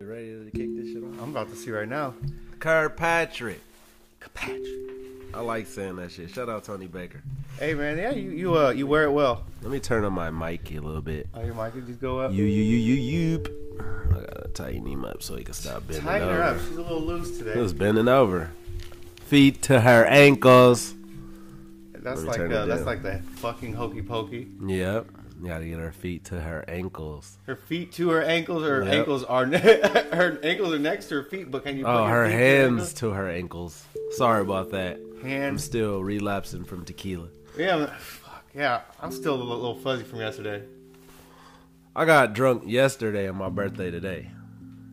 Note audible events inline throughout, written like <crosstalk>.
You ready to kick this shit off? I'm about to see right now. Kirkpatrick. Patch. I like saying that shit. Shout out Tony Baker. Hey man, yeah, you you uh you wear it well. Let me turn on my mic a little bit. Oh, your mic could just go up. You you you you yoop. I gotta tighten him up so he can stop bending Tighten over. her up. She's a little loose He today. was bending over. Feet to her ankles. Let That's me like turn it uh, that's down. like that fucking hokey pokey. Yep. You gotta get her feet to her ankles. Her feet to her ankles, or her Yep. ankles are ne- <laughs> her ankles are next to her feet. But can you? Oh, put your her feet to hands to her ankles. Sorry about that. ankles? I'm Hands. still relapsing from tequila. Yeah. man, Fuck yeah. I'm still a little, little fuzzy from yesterday. I got drunk yesterday on my birthday today.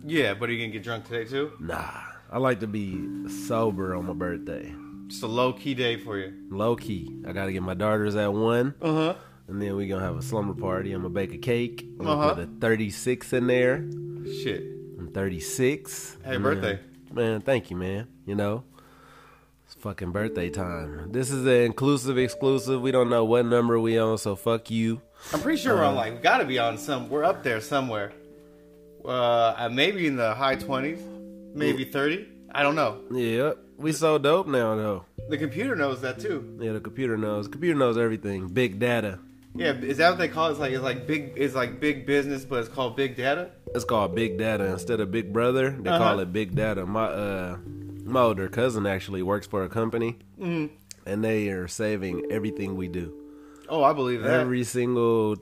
Yeah, but are you gonna get drunk today too? Nah. I like to be sober on my birthday. Just a low key day for you. Low key. I gotta get my daughters at one. Uh huh. And then we gonna have a slumber party. I'm gonna bake a cake. I'm gonna Uh-huh. put a 36 in there. I'm Shit. 36. Happy Man. birthday. Man, thank you, man. You know, it's fucking birthday time. This is an inclusive exclusive. We don't know what number we on, so fuck you. I'm pretty sure we're on like we gotta be on some. We're up there somewhere. Uh, uh, maybe in the high twenties, maybe thirty. I don't know. Yeah, we so dope now, though. The computer knows that too. Yeah, the computer knows. computer knows everything. Big data. Yeah, is that what they call it? It's like it's like big it's like big business, but it's called big data. It's called big data instead of Big Brother. They call Uh-huh. it big data. My uh, my older cousin actually works for a company, and they are saving everything we do. Oh, I believe that. every single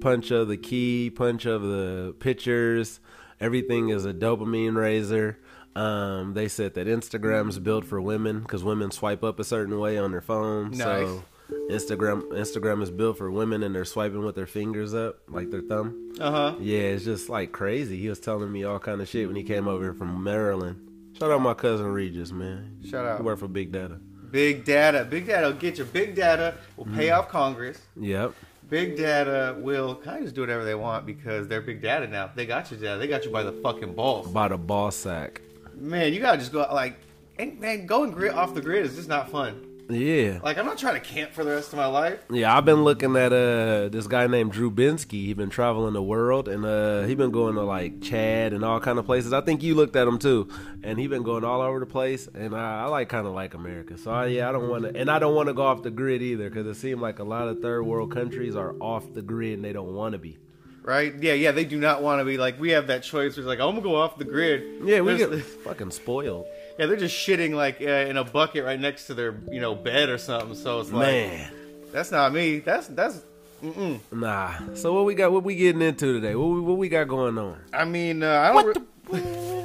punch of the key, punch of the pictures, everything is a dopamine raiser. Um, they said that Instagram's built for women because women swipe up a certain way on their phone. So Instagram Instagram is built for women and they're swiping with their fingers up, like their thumb. uh huh. Yeah, it's just like crazy. He was telling me all kind of shit when he came over here from Maryland. Shout out my cousin Regis, man. Shout out. He worked for Big Data. Big data. Big data will get you. Big data will pay off Congress. Yep. Big data will kind of just do whatever they want because they're big data now. They got your data. They got you by the fucking balls. Bought a ball sack. Man, you gotta just go out, like, and, man, going grid off the grid is just not fun. Yeah. Like, I'm not trying to camp for the rest of my life. Yeah, I've been looking at uh this guy named Drew Binsky. He been traveling the world and uh he been going to like Chad and all kind of places. I think you looked at him too, and he been going all over the place. And I, I like kind of like America, so I, yeah, I don't want to, and I don't want to go off the grid either because it seemed like a lot of third world countries are off the grid and they don't want to be. Right? Yeah, yeah. They do not want to be like we have that choice. Where it's like I'm gonna go off the grid. Yeah, we There's- get fucking spoiled, <laughs> yeah. They're just shitting like uh, in a bucket right next to their you know bed or something. So it's like man. that's not me. That's that's. Mm-mm. Nah. So what we got? What we getting into today? What we, what we got going on? I mean, uh, I don't. What? re- The,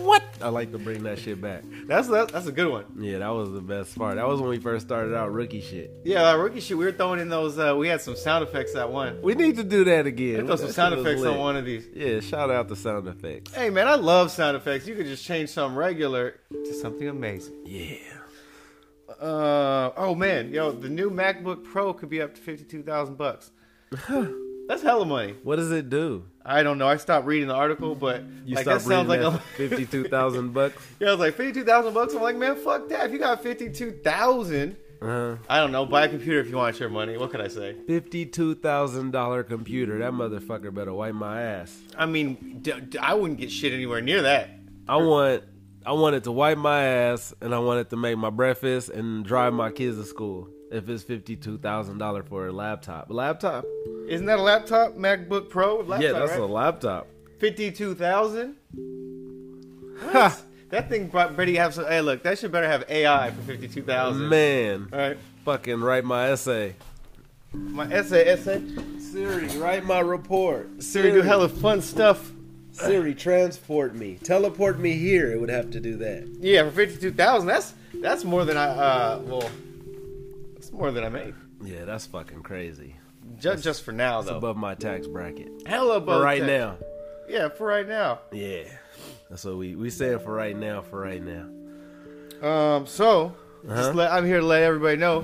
what? I like to bring that shit back. that's, that's that's a good one. Yeah, that was the best part. That was when we first started out rookie shit. Yeah, uh, rookie shit. We were throwing in those. Uh, we had some sound effects that one. We need to do that again. We throw That some shit sound was effects lit. on one of these. Yeah, shout out the sound effects. Hey man, I love sound effects. You could just change something regular to something amazing. Yeah. Uh oh man, yo, the new MacBook Pro could be up to fifty two thousand <laughs> bucks. That's hella money. What does it do? I don't know. I stopped reading the article, but You like start that sounds like reading a that <laughs> fifty-two thousand bucks. yeah. I was like fifty two thousand bucks. I'm like, man, fuck that. If you got fifty two thousand, Uh, I don't know. Buy a computer if you want your money. What could I say? fifty-two thousand dollar computer. That motherfucker better wipe my ass. I mean, d- d- I wouldn't get shit anywhere near that. I want, I want it to wipe my ass, and I want it to make my breakfast and drive my kids to school. If it's fifty-two thousand dollar for a laptop, laptop. Isn't that a laptop? MacBook Pro? Laptop, yeah, that's right? a laptop. Fifty-two thousand. Ha! That thing brought Brady have some. Hey, look, that should better have AI for fifty-two thousand. Man, All right, fucking write my essay. my essay, essay. Siri, write my report. Siri do hella fun stuff. Siri, transport me. Teleport me here. It would have to do that. Yeah, for fifty-two thousand, that's that's more than I. Uh, well, that's more than I made. Yeah, that's fucking crazy. Just just for now though. Above my tax bracket. hella above For right that. now. Yeah, for right now. Yeah. That's what we we saying for right now, for right now. Um, so Uh-huh. just let, I'm here to let everybody know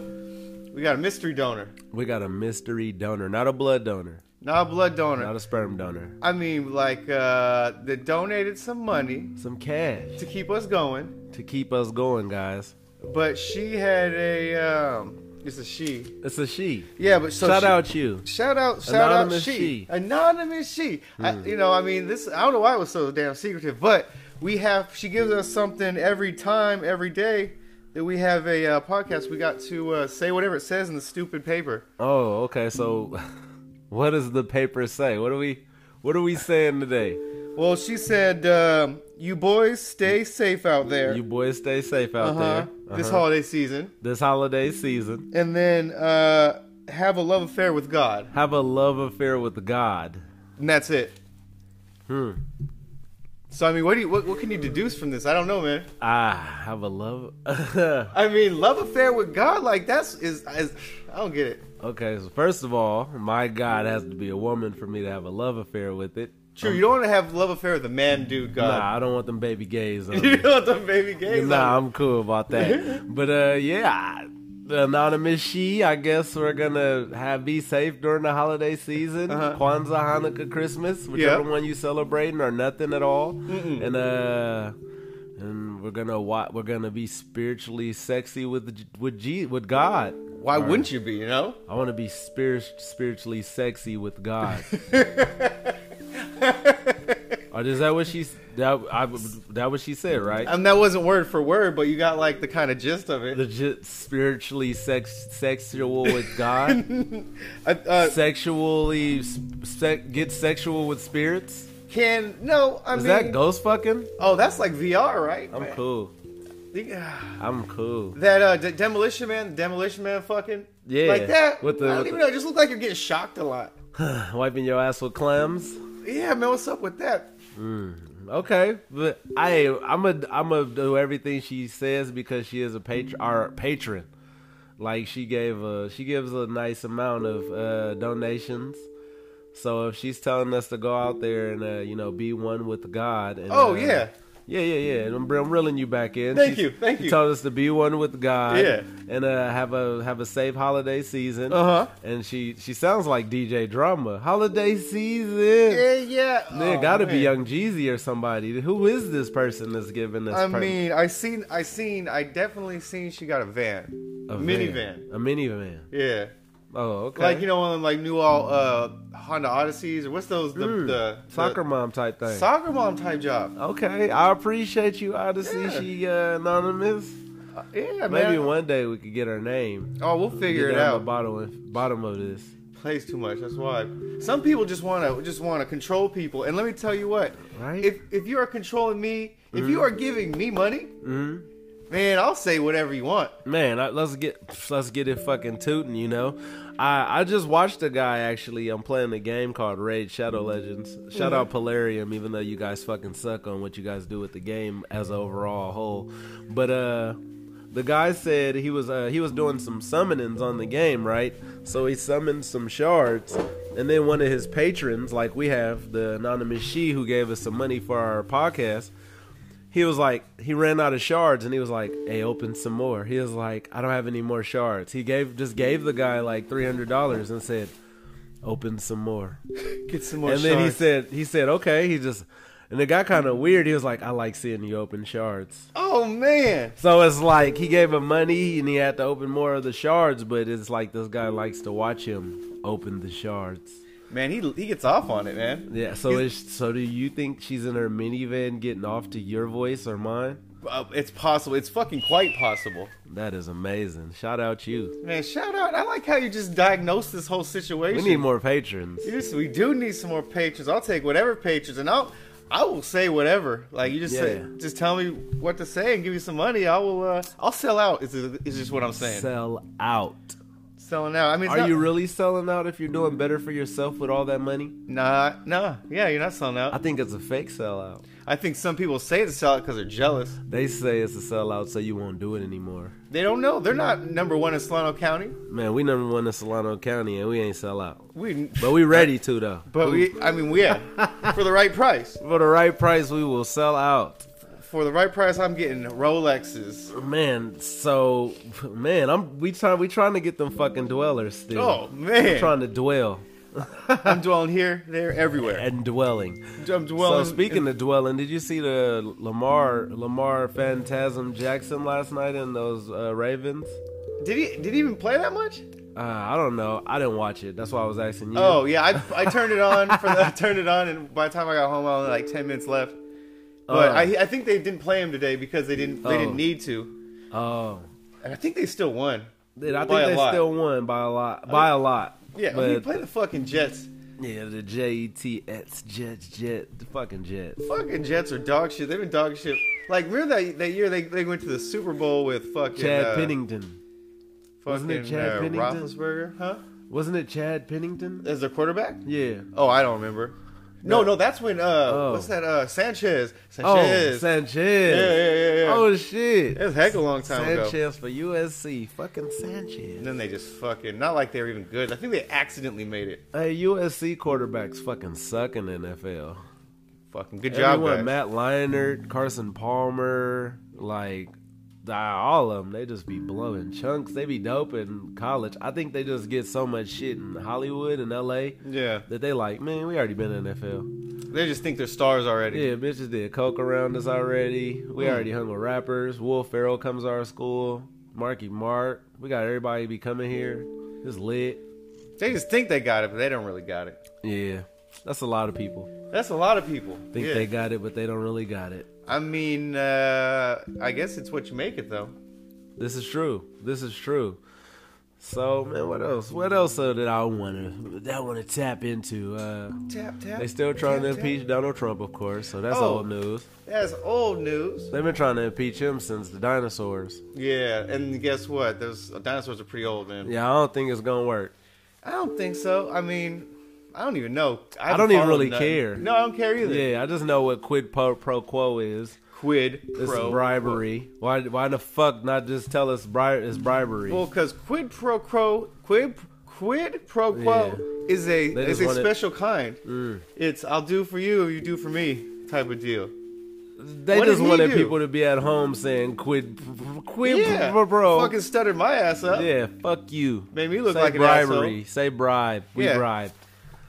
we got a mystery donor, We got a mystery donor, not a blood donor, not a blood donor. not a sperm donor. I mean, like uh, they donated some money Some cash to keep us going. to keep us going, guys. but she had a um, It's a she. It's a she. Yeah, but so Shout she- out you. Shout out, shout Anonymous out, she. she. Hmm. anonymous she. I, you know, I mean, this. I don't know why it was so damn secretive, but we have. She gives us something every time, every day that we have a uh, podcast. We got to uh, say whatever it says in the stupid paper. Oh, okay. So, <laughs> what does the paper say? What are we? What are we saying today? Well, she said, um, "You boys stay safe out there. You boys stay safe out Uh-huh. there This Uh-huh. holiday season, this holiday season. and then uh, have a love affair with God, Have a love affair with God. and that's it." Hmm. So I mean, what do you what, what can you deduce from this? I don't know, man. Ah, have a love. <laughs> okay, I mean, love affair with God, like that's is, is I don't get it. so first of all, my God has to be a woman for me to have a love affair with it. Um, True, you don't want to have love affair with a man, dude. God, Nah, I don't want them baby <laughs> gays. On you me. don't want them baby gays. on nah, I'm cool about that. but uh, yeah, the anonymous she. I guess we're gonna have be safe during the holiday season, Uh-huh. Kwanzaa, Hanukkah, Christmas, whichever Yeah. one you celebrating, or nothing at all. And uh, and we're gonna wa- we're gonna be spiritually sexy with J- with G- with God. you. Why wouldn't you be? You know, I want to be spirit spiritually sexy with God. Or is that what she s- that I that what she said, right? I mean, that wasn't word for word, but you got like the kind of gist of it. legit spiritually sex sexual <laughs> with God, Uh, uh, sexually sec, get sexual with spirits. can no, I Is mean, that ghost fucking? oh, that's like VR, right? I'm man? cool. The- <sighs> I'm cool. <laughs> That uh, De- demolition man, demolition man, fucking Yeah, like that. with the- I don't with even the- know. It just looked like you're getting shocked a lot. Wiping your ass with clams. Yeah, man, what's up with that? Okay, but I I'm a I'm a do everything she says because she is a patron our patron. Like she gave a she gives a nice amount of uh, donations. So if she's telling us to go out there and uh, you know be one with God. And, Oh, uh, yeah. yeah, yeah, yeah. And I'm, I'm reeling you back in. Thank She's- you, thank she you. told us to be one with God. Yeah. and uh, have a have a safe holiday season. Uh-huh. And she she sounds like DJ Drama. Holiday season. Yeah, yeah. There Oh, gotta be man. Young Jeezy or somebody. Who is this person that's giving this? I per- mean, I seen, I seen, I definitely seen. She got a van, a minivan. a minivan. Yeah, Oh, okay. like you know, one of them, like new all uh, Honda Odysseys or what's those the, Mm, the soccer mom type the thing. soccer mom type job. okay, I appreciate you, Odyssey. Yeah. She uh, anonymous. Uh, yeah, Maybe man. one day we could get her name. Oh, we'll figure get it down The out. bottom of, bottom of this. Plays too much. That's why some people just want to just want to control people. And let me tell you what, Right? If if you are controlling me, if you are giving me money, hmm man, I'll say whatever you want. Man, I, let's get let's get it fucking tootin', you know. I I just watched a guy actually. I'm playing a game called Raid Shadow Legends. Shout out Polarium, even though you guys fucking suck on what you guys do with the game as a overall whole. But uh, the guy said he was uh, he was doing some summonings on the game, right? So he summoned some shards, and then one of his patrons, like we have the anonymous she who gave us some money for our podcast he was like he ran out of shards and he was like hey open some more he was like i don't have any more shards he gave just gave the guy like $300 and said open some more Get some more. and then he shards. said he said okay he just and it got kind of weird he was like i like seeing you open shards "Oh man, so it's like he gave him money and he had to open more of the shards but it's like this guy likes to watch him open the shards man, he he gets off on it, man." yeah so is, so do you think she's in her minivan getting off to your voice or mine Uh, it's possible. It's fucking quite possible. that is amazing shout out you Man, shout out. I like how you just diagnosed this whole We situation. need more patrons. Yes, we do need some more patrons. I'll take whatever patrons, and I'll I will say whatever. Like you just say, Yeah. just tell me what to say and give you some money. I will. Uh, I'll sell out. Is is just what I'm saying. Sell out. Selling out. I mean, it's Are not, you really selling out if you're doing better for yourself with all that money? Nah, nah. Yeah, you're not selling I out. think it's a fake sellout. I think some people say to sell out because they're jealous. They say it's a sellout, so you won't do it anymore. They don't know. They're not number one in Solano County. Man, we number one in Solano County, and we ain't sell out. We, But we ready to though. but we. I mean, <laughs> yeah. For the right price. For the right price, we will sell out. For the right price, I'm getting Rolexes. Man, so man, I'm we trying we trying to get them fucking dwellers still. Oh We're man, trying to dwell I'm dwelling here, <laughs> there, everywhere. and dwelling. I'm dwelling. so speaking of dwelling, did you see the Lamar Lamar Phantasm Jackson last night in those uh, Ravens? Did he did he even play that much? Uh, I don't know. I didn't watch it. That's why I was asking you. Oh yeah, I, I turned it on for the, <laughs> I turned it on, and by the time I got home, I only had, like ten minutes left. But Oh. I, I think they didn't play him today because they didn't they Oh. didn't need to, Oh. and I think they still won. Dude, I By a think they lot. still won by a lot. By a lot. Yeah, I mean, but play the fucking Jets. yeah, the J E T S Jets Jet the fucking Jets. Fucking Jets are dog shit. They've been dog shit. Like remember that that year they, they went to the Super Bowl with fucking Chad uh, Pennington. fucking Wasn't it Chad uh, Pennington? Roethlisberger, huh? Wasn't it Chad Pennington? As their quarterback? Yeah. Oh, I don't remember. No, no, that's when uh, Oh. what's that? Uh, Sanchez. Oh, Sanchez. Sanchez. yeah, yeah, yeah, yeah. Oh shit. it was a heck of a long time ago. Sanchez for USC. Fucking Sanchez. And then they just fucking not like they were even good. I think they accidentally made it. Hey, USC quarterbacks fucking suck in the NFL. Fucking good job, Everyone, guys. Matt Leinart, Carson Palmer, like ah, all of them, they just be blowing chunks. They be dope in college. I think they just get so much shit in Hollywood and LA Yeah, that they like, man, we already been in NFL. they just think they're stars already. Yeah, bitches did coke around us already. We already hung with rappers. Wolf Ferrell comes to our school. Marky Mark. We got everybody be coming here. It's lit. They just think they got it, but they don't really got it. Yeah, that's a lot of people. That's a lot of people. think Yeah. they got it, but they don't really got it. I mean, uh, I guess it's what you make it, though. This is true. This is true. So man, what else? What else uh, did I want to that I want to tap into? Uh, Tap tap. they still trying to tap, tap. impeach Donald Trump, of course. So that's Oh. old news. That's old news. They've been trying to impeach him since the dinosaurs. Yeah, and guess what? Those dinosaurs are pretty old, man. Yeah, I don't think it's gonna work. I don't think so. I mean, I don't even know. I, don't even haven't really followed nothing. care. No, I don't care either. Yeah, I just know what quid pro, pro quo is. Quid It's pro bribery. Why? Why the fuck not just tell us bri- it's bribery? Well, because quid pro quo, quid quid pro quo is a They is just a want it- special kind. Mm. It's I'll do for you, you do for me type of deal. they what just did he wanted do? people to be at home saying quid quid Yeah, pro pro. fucking stuttered my ass up. Yeah, fuck you. Made me look Say like an bribery. Say bribe. We Yeah. bribe.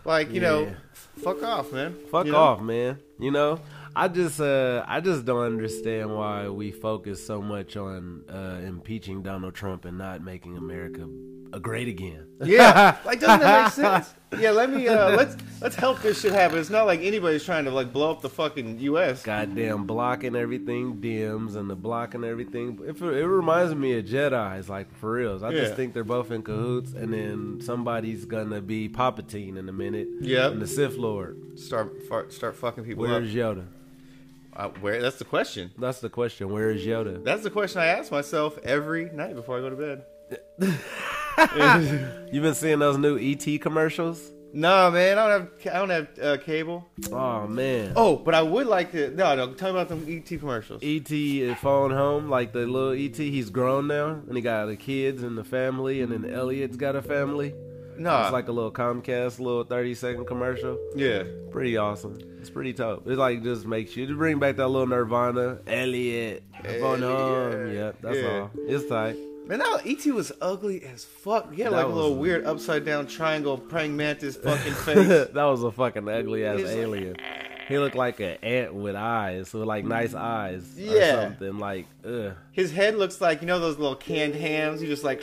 Like you know, Yeah. fuck off, man. Fuck You know? off, man. You know, I just uh I just don't understand why we focus so much on uh impeaching Donald Trump and not making America a great <laughs> again. Yeah, like doesn't that make <laughs> sense? Yeah, let me uh, let's let's help this shit happen. It's not like anybody's trying to like blow up the fucking U.S. Goddamn blocking everything dims and the blocking everything. It, it reminds me of Jedi's, like for reals. I Yeah. just think they're both in cahoots, and then somebody's gonna be Palpatine in a minute. Yep. and the Sith Lord. Start fart, start fucking people Where's Yoda? up. Uh, where? That's the question. That's the question. Where is Yoda? That's the question I ask myself every night before I go to bed. You been seeing those new ET commercials? No, man, I don't have I don't have uh, cable. Oh man. Oh, but I would like to. No, no, tell me about them ET commercials. ET E is phone home, like the little ET. He's grown now, and he got the kids and the family, and then Elliot's got a family. No, It's like a little Comcast, little thirty second commercial. yeah, Pretty awesome. It's pretty dope. It like just makes you to bring back that little Nirvana, Elliot, phone home. Elliot. Yep, that's Yeah. all. It's tight. <laughs> man, that ET was ugly as fuck. Yeah, That like a was- little weird upside down triangle praying mantis fucking face. <laughs> that was a fucking ugly ass It's like- alien. he looked like an ant with eyes, with like nice eyes Yeah. or something. Like, ugh. His head looks like you know those little canned hams. You just like,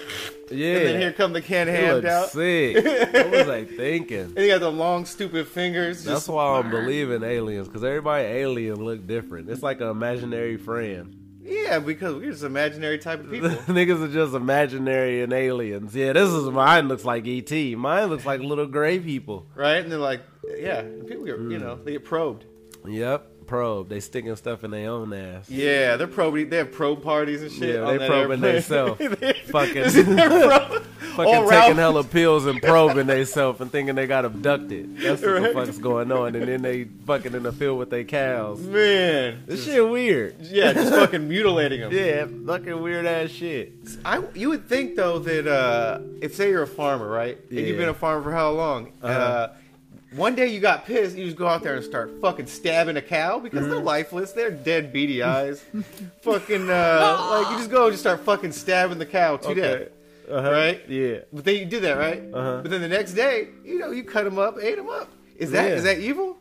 Yeah. and then here come the canned He ham looked out. sick. what was <laughs> I thinking? And he got the long stupid fingers. That's Just, why I'm believing aliens, because everybody alien look different. It's like an imaginary friend. <laughs> yeah, because we're just imaginary type of <laughs> people. Niggas are just imaginary and aliens. Yeah, this is mine looks like ET. Mine looks like little gray people. right? And they're like, yeah, people get, you know, they get probed. Yep, probe. They sticking stuff in their own ass. Yeah, they're probing. They have probe parties and shit. Yeah, on they that probing airplane. theyself. They- Fucking- <laughs> they're prob- Fucking <laughs> taking all Ralph- hella pills and probing themselves and thinking they got abducted. That's what the Right. fuck's going on. And then they fucking in the field with their <laughs> cows. Man, This shit weird. yeah, <laughs> just fucking mutilating them. Yeah, fucking weird ass shit. I, you would think though that uh, if say you're a farmer, right? And Yeah. you've been a farmer for how long? uh one day you got pissed, you just go out there and start fucking stabbing a cow because they're lifeless, they're dead, <laughs> beady eyes. fucking uh, like you just go and just start fucking stabbing the cow to Okay. death, Uh-huh. right? Yeah. But then you did that, right? Uh-huh. But then the next day, you know, you cut them up, ate them up. Is that is Yeah. that evil?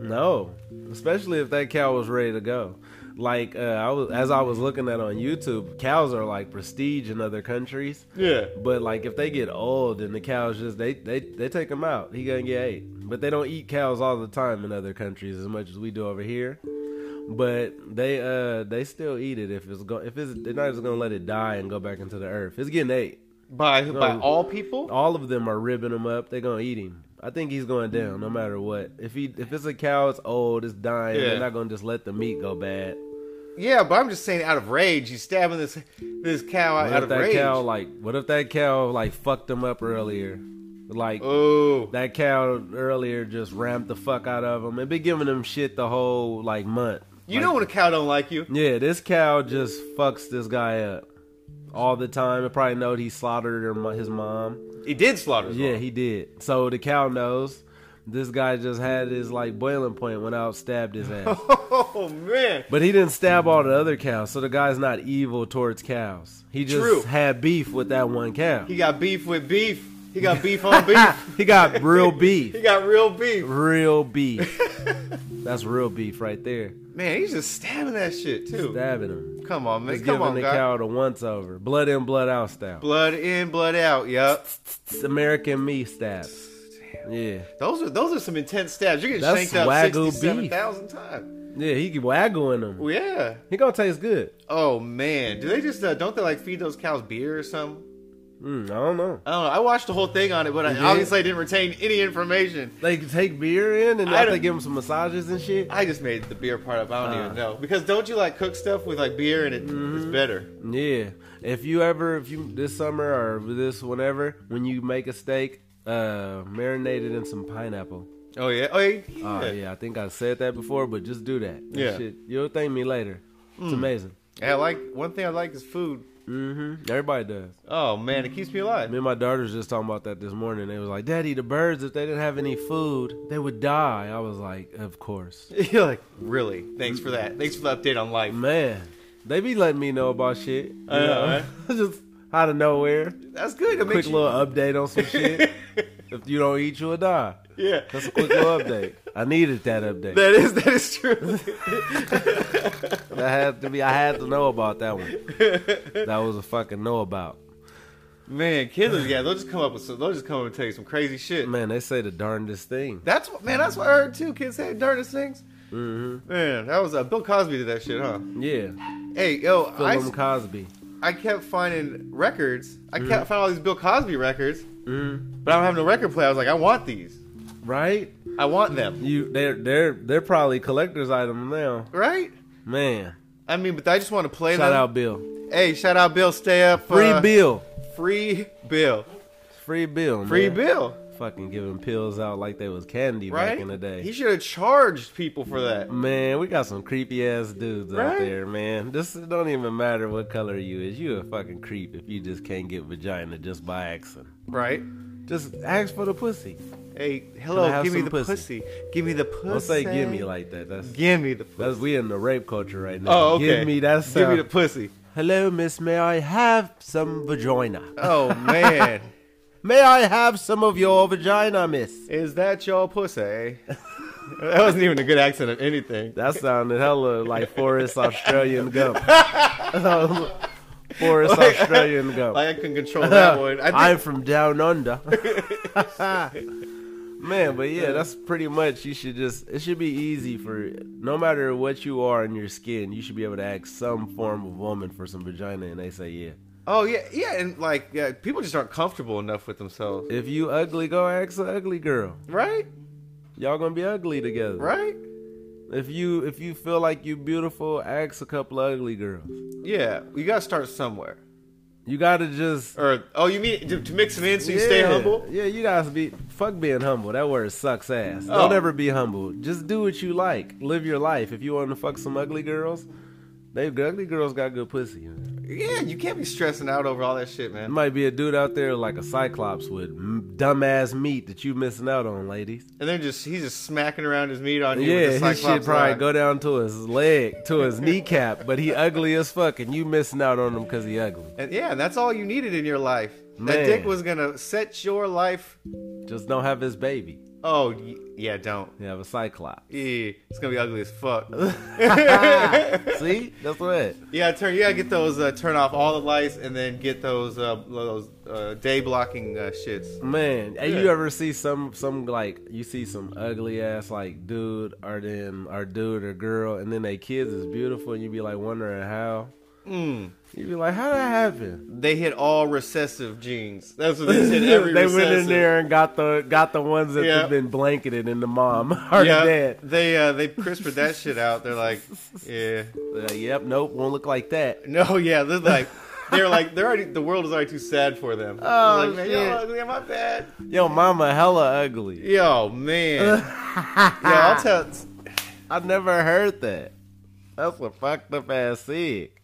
No, especially if that cow was ready to go. like uh, I was as I was looking at on YouTube, cows are like prestige in other countries. Yeah. But like if they get old and the cows just they they they take them out, he gonna get ate. But they don't eat cows all the time in other countries as much as we do over here. But they uh they still eat it if it's go if it's they're not just gonna let it die and go back into the earth. It's getting ate. By by No. all people. All of them are ribbing him up. They're gonna eat him. I think he's going down no matter what. If he if it's a cow, it's old, it's dying. Yeah. They're not gonna just let the meat go bad. Yeah, but I'm just saying, out of rage, he's stabbing this this cow out, What out if of that rage. cow like? What if that cow like fucked him up earlier? Like oh, that cow earlier just rammed the fuck out of him and been giving him shit the whole like month. you Like, know when a cow don't like you. Yeah, this cow just fucks this guy up all the time. It probably know he slaughtered her, mo- his mom. He did slaughter. his Yeah, mom. he did. So the cow knows. This guy just had his like boiling point, went out, stabbed his <laughs> ass. Oh man. but he didn't stab all the other cows, so the guy's not evil towards cows. He just True. had beef with that one cow. He got beef with beef. He got beef <laughs> on beef. he got <laughs> real He beef. got real beef. Real beef. That's real beef right there. Man, he's just stabbing that shit too. Stabbing him. Come on, man. Just Come giving on, the guy. cow the once over. Blood in, blood out style. Blood in, blood out. Yup. It's American me stab. Yeah. Those are those are some intense stabs. You're getting That's shanked out wagyu beef. sixty-seven thousand times. Yeah, he can waggle in him. Well, yeah. He gonna taste good. Oh man. Do they just uh, don't they like feed those cows beer or something? Mm, I don't know. I don't know. I watched the whole thing on it, but I did? obviously I didn't retain any information. They can take beer in and I have to don't- give him some massages and shit. I just made the beer part up. I don't Uh. even know because don't you like cook stuff with like beer and it, it's better? Yeah. If you ever, if you this summer or this whenever, when you make a steak, uh, marinate it in some pineapple. Oh yeah. Oh yeah. Oh yeah, I think I said that before, but just do that. That Yeah. shit- you'll thank me later. It's amazing. And I like one thing I like is food. hmm Everybody does. Oh man, it keeps me Me alive. and my daughters just talking about that this morning. They was like, "Daddy, the birds, if they didn't have any food, they would die." I was like, "Of <laughs> course, You're like, really? Thanks for that. Thanks for the update on life. man." They be letting me know about shit. you I know, <laughs> right? just out of nowhere. That's good. It Quick makes you, little update on some <laughs> shit. if you don't eat, you'll die. yeah. That's a quick little update. I needed that update. That is that is <laughs> true. I had to be. I had to know about that one. That was a fucking know about. man, kids, yeah, they'll just come up with some. They'll just come up and tell you some crazy shit. Man, they say the darndest thing. That's what, man. That's what I heard too. Kids say darndest things. Mm-hmm. Man, that was uh, Bill Cosby did that shit, huh? Yeah, Hey, yo, I, Phil Cosby. I kept finding records. I Mm-hmm. kept finding all these Bill Cosby records, but I don't have no record player. I was like, I want these. Right? I want them. You they're they're they're probably collector's item now. Right? Man. I mean, but I just want to play Shout them. out Bill. Hey, shout out Bill. Stay up. Free uh, Bill. Free Bill. Free Bill. Free man. Bill. Fucking giving pills out like they was candy Right? back in the day. He should have charged people for that. Man, we got some creepy ass dudes out Right? there, man. This it don't even matter what color you is. You a fucking creep if you just can't get vagina just by accident. Right? Just ask for the pussy. Hey, Can I hello. have Give me some the pussy? pussy. Give me the pussy. Don't say give me like that. That's Give me the pussy. that's we in the rape culture right now. Oh, okay. Give me that Give sound. me the pussy. Hello, miss. May I have some vagina? <laughs> Oh man, May I have some of your vagina, miss? is that your <laughs> pussy? eh? that wasn't even a good accent of anything. That sounded hella like Forrest Australian <laughs> Gump. <laughs> Forrest Australian Gump. <laughs> Like I can control <laughs> that one. I think I'm from down <laughs> under. <laughs> Man, but yeah, that's pretty much. You should just. It should be easy for no matter what you are in your skin, you should be able to ask some form of woman for some vagina, and they say yeah. Oh yeah, yeah, and like yeah, people just aren't comfortable enough with themselves, If you ugly, go ask an ugly girl. right? Y'all gonna be ugly together. Right? If you if you feel like you beautiful, ask a couple of ugly girls. Yeah, you gotta start somewhere. You gotta just Or oh, you mean to, to mix them in so you stay humble? Yeah, you guys be fuck being humble. That word sucks ass. Oh. Don't ever be humble. Just do what you like. Live your life. If you want to fuck some ugly girls, they ugly girls got good pussy. It Yeah, you can't be stressing out over all that shit, man. might be a dude out there like a cyclops with m- dumbass meat that you missing out on, ladies. And then just he's just smacking around his meat on you. Yeah, with the his shit Cyclops probably line. go down to his leg, to his <laughs> kneecap, but he ugly as fuck, and you missing out on him because he ugly. And yeah, and that's all you needed in your life. Man. That dick was gonna set your life. Just don't have his baby. Oh y- yeah, don't. You have a cyclops. Eh, It's gonna be ugly as fuck. <laughs> See, that's what. yeah, turn. You gotta get those. Uh, turn off all the lights and then get those uh, those uh, day blocking uh, shits. Man, and Yeah. you ever see some some like you see some ugly ass like dude or then or dude or girl, and then they kids is beautiful, and you be like wondering how. Mm. You be like, how that <laughs> happen? They hit all recessive genes. That's what they they <laughs> hit every. went in recessive. there and got the got the ones that Yeah. have been blanketed in the mom <laughs> or yeah, the dad. they uh, they CRISPRed that shit out. They're like, yeah, They're like, Uh, yep, nope, won't look like that. no, yeah. They're like, they're like, they're already. The world is already too sad for them. Oh, They're like, man, shit. y'all ugly. Am I bad? Yo, mama, hella ugly. Yo, man. <laughs> yeah, I'll tell. I never heard that. That's a fucked up ass sick.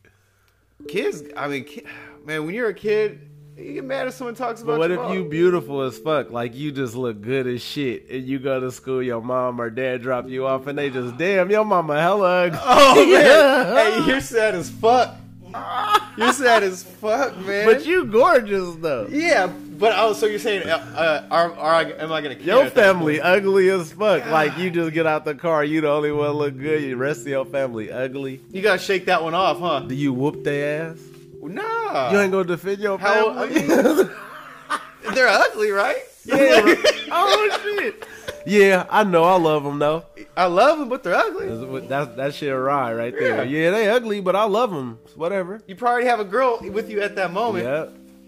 Kids, I mean, ki- man, when you're a kid, you get mad if someone talks about. But what your if mom. you beautiful as fuck? Like you just look good as shit, and you go to school, your mom or dad drop you off, and they just damn your mama hella ugly. <laughs> Oh man, hey, you're sad as fuck. You're sad as fuck, <laughs> man. but you gorgeous though. yeah, but oh, so you're saying, uh, uh, are, are I, am I gonna? care Your at that family ugly as fuck. Like you just get out the car, you the only one look good. The rest of your family ugly. You gotta shake that one off, huh? Do you whoop their ass? Nah. You ain't gonna defend your How- family. They're ugly, right? <laughs> yeah. Oh shit. Yeah, I know. I love them though. <laughs> I love them, but they're ugly. That's what- That's that shit right right there. Yeah. Yeah. they ugly, but I love them. Whatever. You probably have a girl with you at that moment. Yeah.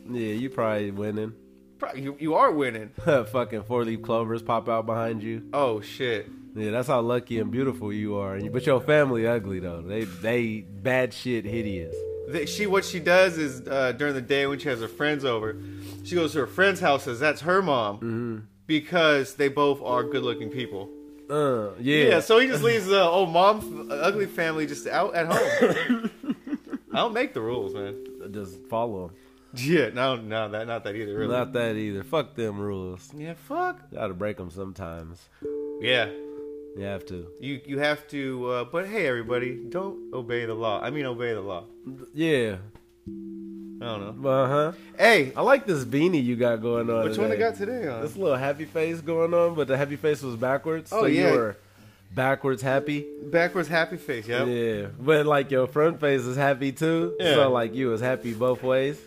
Yeah, you probably winning. <laughs> Pro- You, you are winning. Fucking four leaf clovers pop out behind you. Oh shit. Yeah, that's how lucky and beautiful you are. And- But your family ugly though. They they bad shit hideous. That she what she does is uh, during the day when she has her friends over, she goes to her friends' houses. That's her mom Mm-hmm. because they both are good-looking people. Uh, yeah. Yeah. so he just leaves the old mom, ugly family just out at home. <laughs> I don't make the rules, man. Just follow 'em. Yeah, no, no, that not that either. Really. Not that either. Fuck them rules. yeah, fuck. Gotta break them sometimes. Yeah, You have to. You you have to, uh, but hey, everybody, don't obey the law. I mean, obey the law. Yeah. I don't know. Uh huh. Hey, I like this beanie you got going on. which one I today. got today uh? on? This little happy face going on, but the happy face was backwards. Oh, so yeah. you were backwards happy. Backwards happy face. Yep. Yeah. But like your front face is happy too. Yeah. So like you was happy both ways.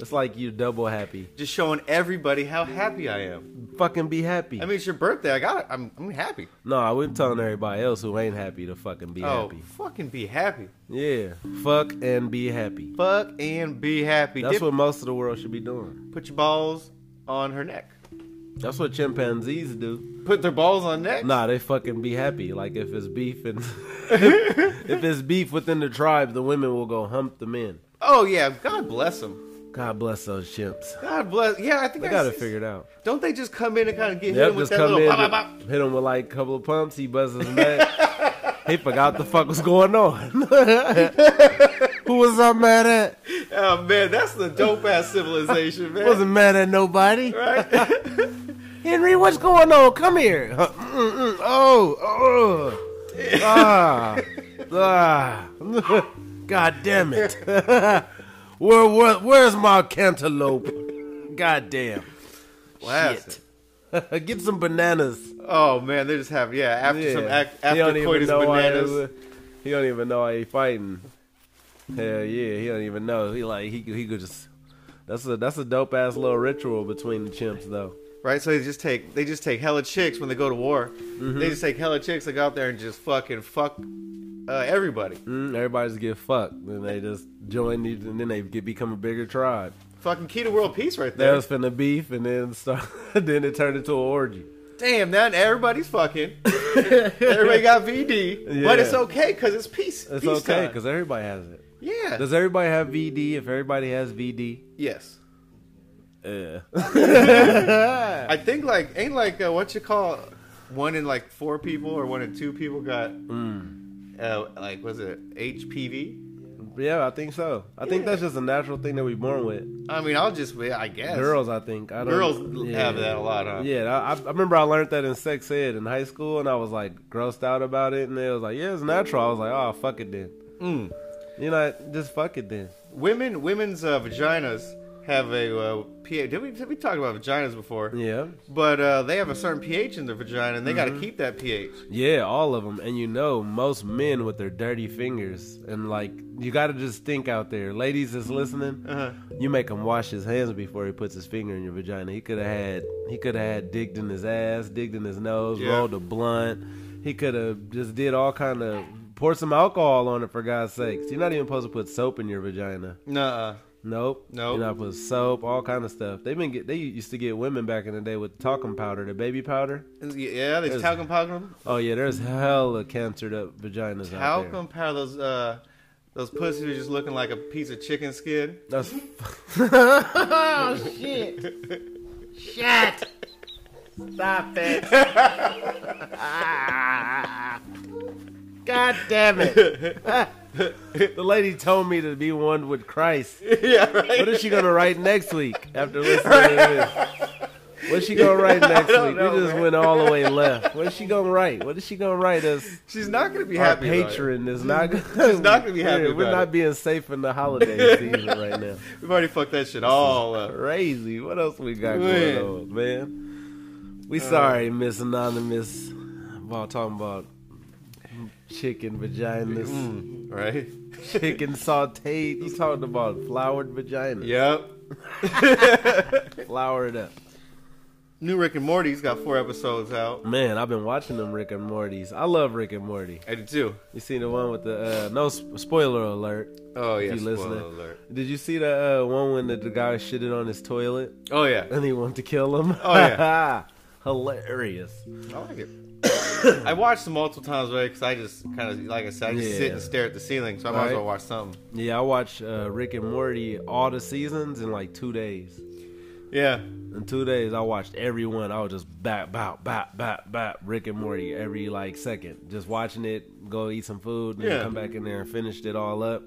It's like you double happy. Just showing everybody how happy I am. Fucking be happy. I mean, it's your birthday. I got it. I'm I'm happy. no, I wasn't telling everybody else who ain't happy to fucking be oh, happy. fucking be happy. Yeah. Fuck and be happy. Fuck and be happy. That's Dip- what most of the world should be doing. Put your balls on her neck. That's what chimpanzees do. Put their balls on neck. Nah, they fucking be happy. Like if it's beef and <laughs> if it's beef within the tribe, the women will go hump the men. Oh yeah. God bless them. God bless those chimps. God bless. Yeah, I think They I gotta see- figure it out. Don't they just come in and kind of get hit Yep, with just that come little in, bop, bop, bop? hit him with like a couple of pumps. He buzzes his back. <laughs> he forgot the fuck was going on. <laughs> Who was I mad at? Oh man, that's the dope ass civilization, man. Wasn't mad at nobody. right? <laughs> Henry, what's going on? Come here. Huh, mm, mm, Oh, <laughs> oh, ah, ah. <laughs> God damn it. <laughs> where, where, where's my cantaloupe? God damn. <laughs> Classic. Shit. Get some bananas. Oh man, they just have yeah. After some ac- He don't after even coitus know why bananas. he- He don't even know why he fighting. Hell yeah, he don't even know. He like he could- he could just. That's a that's a dope ass little ritual between the chimps though. right? So they just take they just take hella chicks when they go to war. Mm-hmm. They just take hella chicks. They go out there and just fucking fuck uh, everybody. Mm, everybody just get fucked, and they just join these, and then they get become a bigger tribe. Fucking key to world peace right They there. was finna beef, and then start. <laughs> then it turned into an orgy. Damn, now everybody's fucking. <laughs> Everybody got VD, but Yeah. it's okay because it's peace. It's peace okay time. because everybody has it. yeah. Does everybody have VD? If everybody has VD, yes. yeah. I think like ain't like uh, what you call one in like four people or one in two people got Mm. uh, like was it HPV? yeah, I think so. I think that's just a natural thing that we're born with. I mean, I'll just yeah, I guess Girls, I think. I don't, Girls have that a lot, huh? Yeah, I, I I remember I learned that in sex ed in high school, and I was like grossed out about it, and they was like, "Yeah, it's natural." I was like, "Oh, fuck it then." Mm. You know, just fuck it then. Women, women's uh, vaginas have a uh, pH. Did we, did we talk about vaginas before? Yeah. Mm-hmm. But uh, they have a certain pH in their vagina, and they got to keep that pH. Yeah, all of them. And you know, most men with their dirty fingers. And like, you got to just think out there. Ladies that's listening, Uh-huh. you make him wash his hands before he puts his finger in your vagina. He could have had, he could have had digged in his ass, digged in his nose, Yeah. rolled a blunt. He could have just did all kind of, pour some alcohol on it for God's sakes. You're not even supposed to put soap in your vagina. Nuh-uh. Nope. Nope. You're not put soap, all kind of stuff. They've been get, they used to get women back in the day with talcum powder, the baby powder. Yeah, they There's- talcum powder. Oh yeah, there's hella cancered up vaginas out there. Talcum powder. Those uh, those pussies are just looking like a piece of chicken skin. <laughs> That's Oh shit! Shit! Stop it! Ah. God damn it! the lady told me to be one with Christ. <laughs> yeah, right. What is she gonna write next week after listening to this? What's she gonna <laughs> write next don't week? know, we just man. went all the way left. What's she gonna write? What is she gonna write us? She's not gonna be Our happy. about it. patron is not. She's <laughs> not gonna be happy We're, we're about not it. being safe in the <laughs> holiday season right now. We've already fucked that shit all up. Crazy. What else we got Man. Uh, going on, man? We sorry, Miss Anonymous. About talking about chicken vaginas. Mm. Right? chicken sauteed. You talking about floured vagina? Yep. flour it up. New Rick and Morty's got four episodes out. Man, I've been watching them Rick and Morty's. I love Rick and Morty. I do too. You seen the one with the uh, no sp- spoiler alert? Oh yeah. you Spoiler listening? alert. Did you see the uh, one when the, the guy shitted on his toilet Oh yeah. and he wanted to kill him? Oh, yeah. <laughs> hilarious. I like it. <coughs> I watched them multiple times, right? Because I just kind of, like I said, I just sit Yeah. and stare at the ceiling, so I might as Right. well watch something. Yeah, I watched uh, Rick and Morty all the seasons in like two days. Yeah. In two days, I watched every one. I was just bap, bap, bap, bap, bap, Rick and Morty every like second. Just watching it, go eat some food, and Yeah. then come back in there and finished it all up.